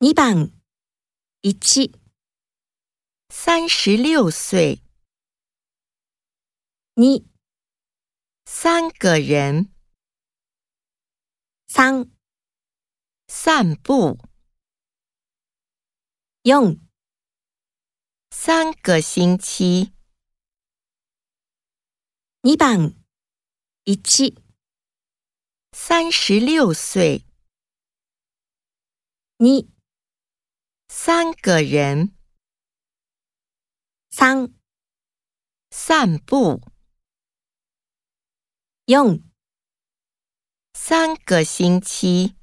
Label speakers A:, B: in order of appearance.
A: 2番、1、
B: 三十六岁，
A: 2、
B: 三个人
A: 3、
B: 散步，
A: 4、
B: 三个星期，
A: 2番、1、
B: 三十六岁，
A: 2、
B: 三个人
A: 3、
B: 散步，
A: 4。
B: 三个星期。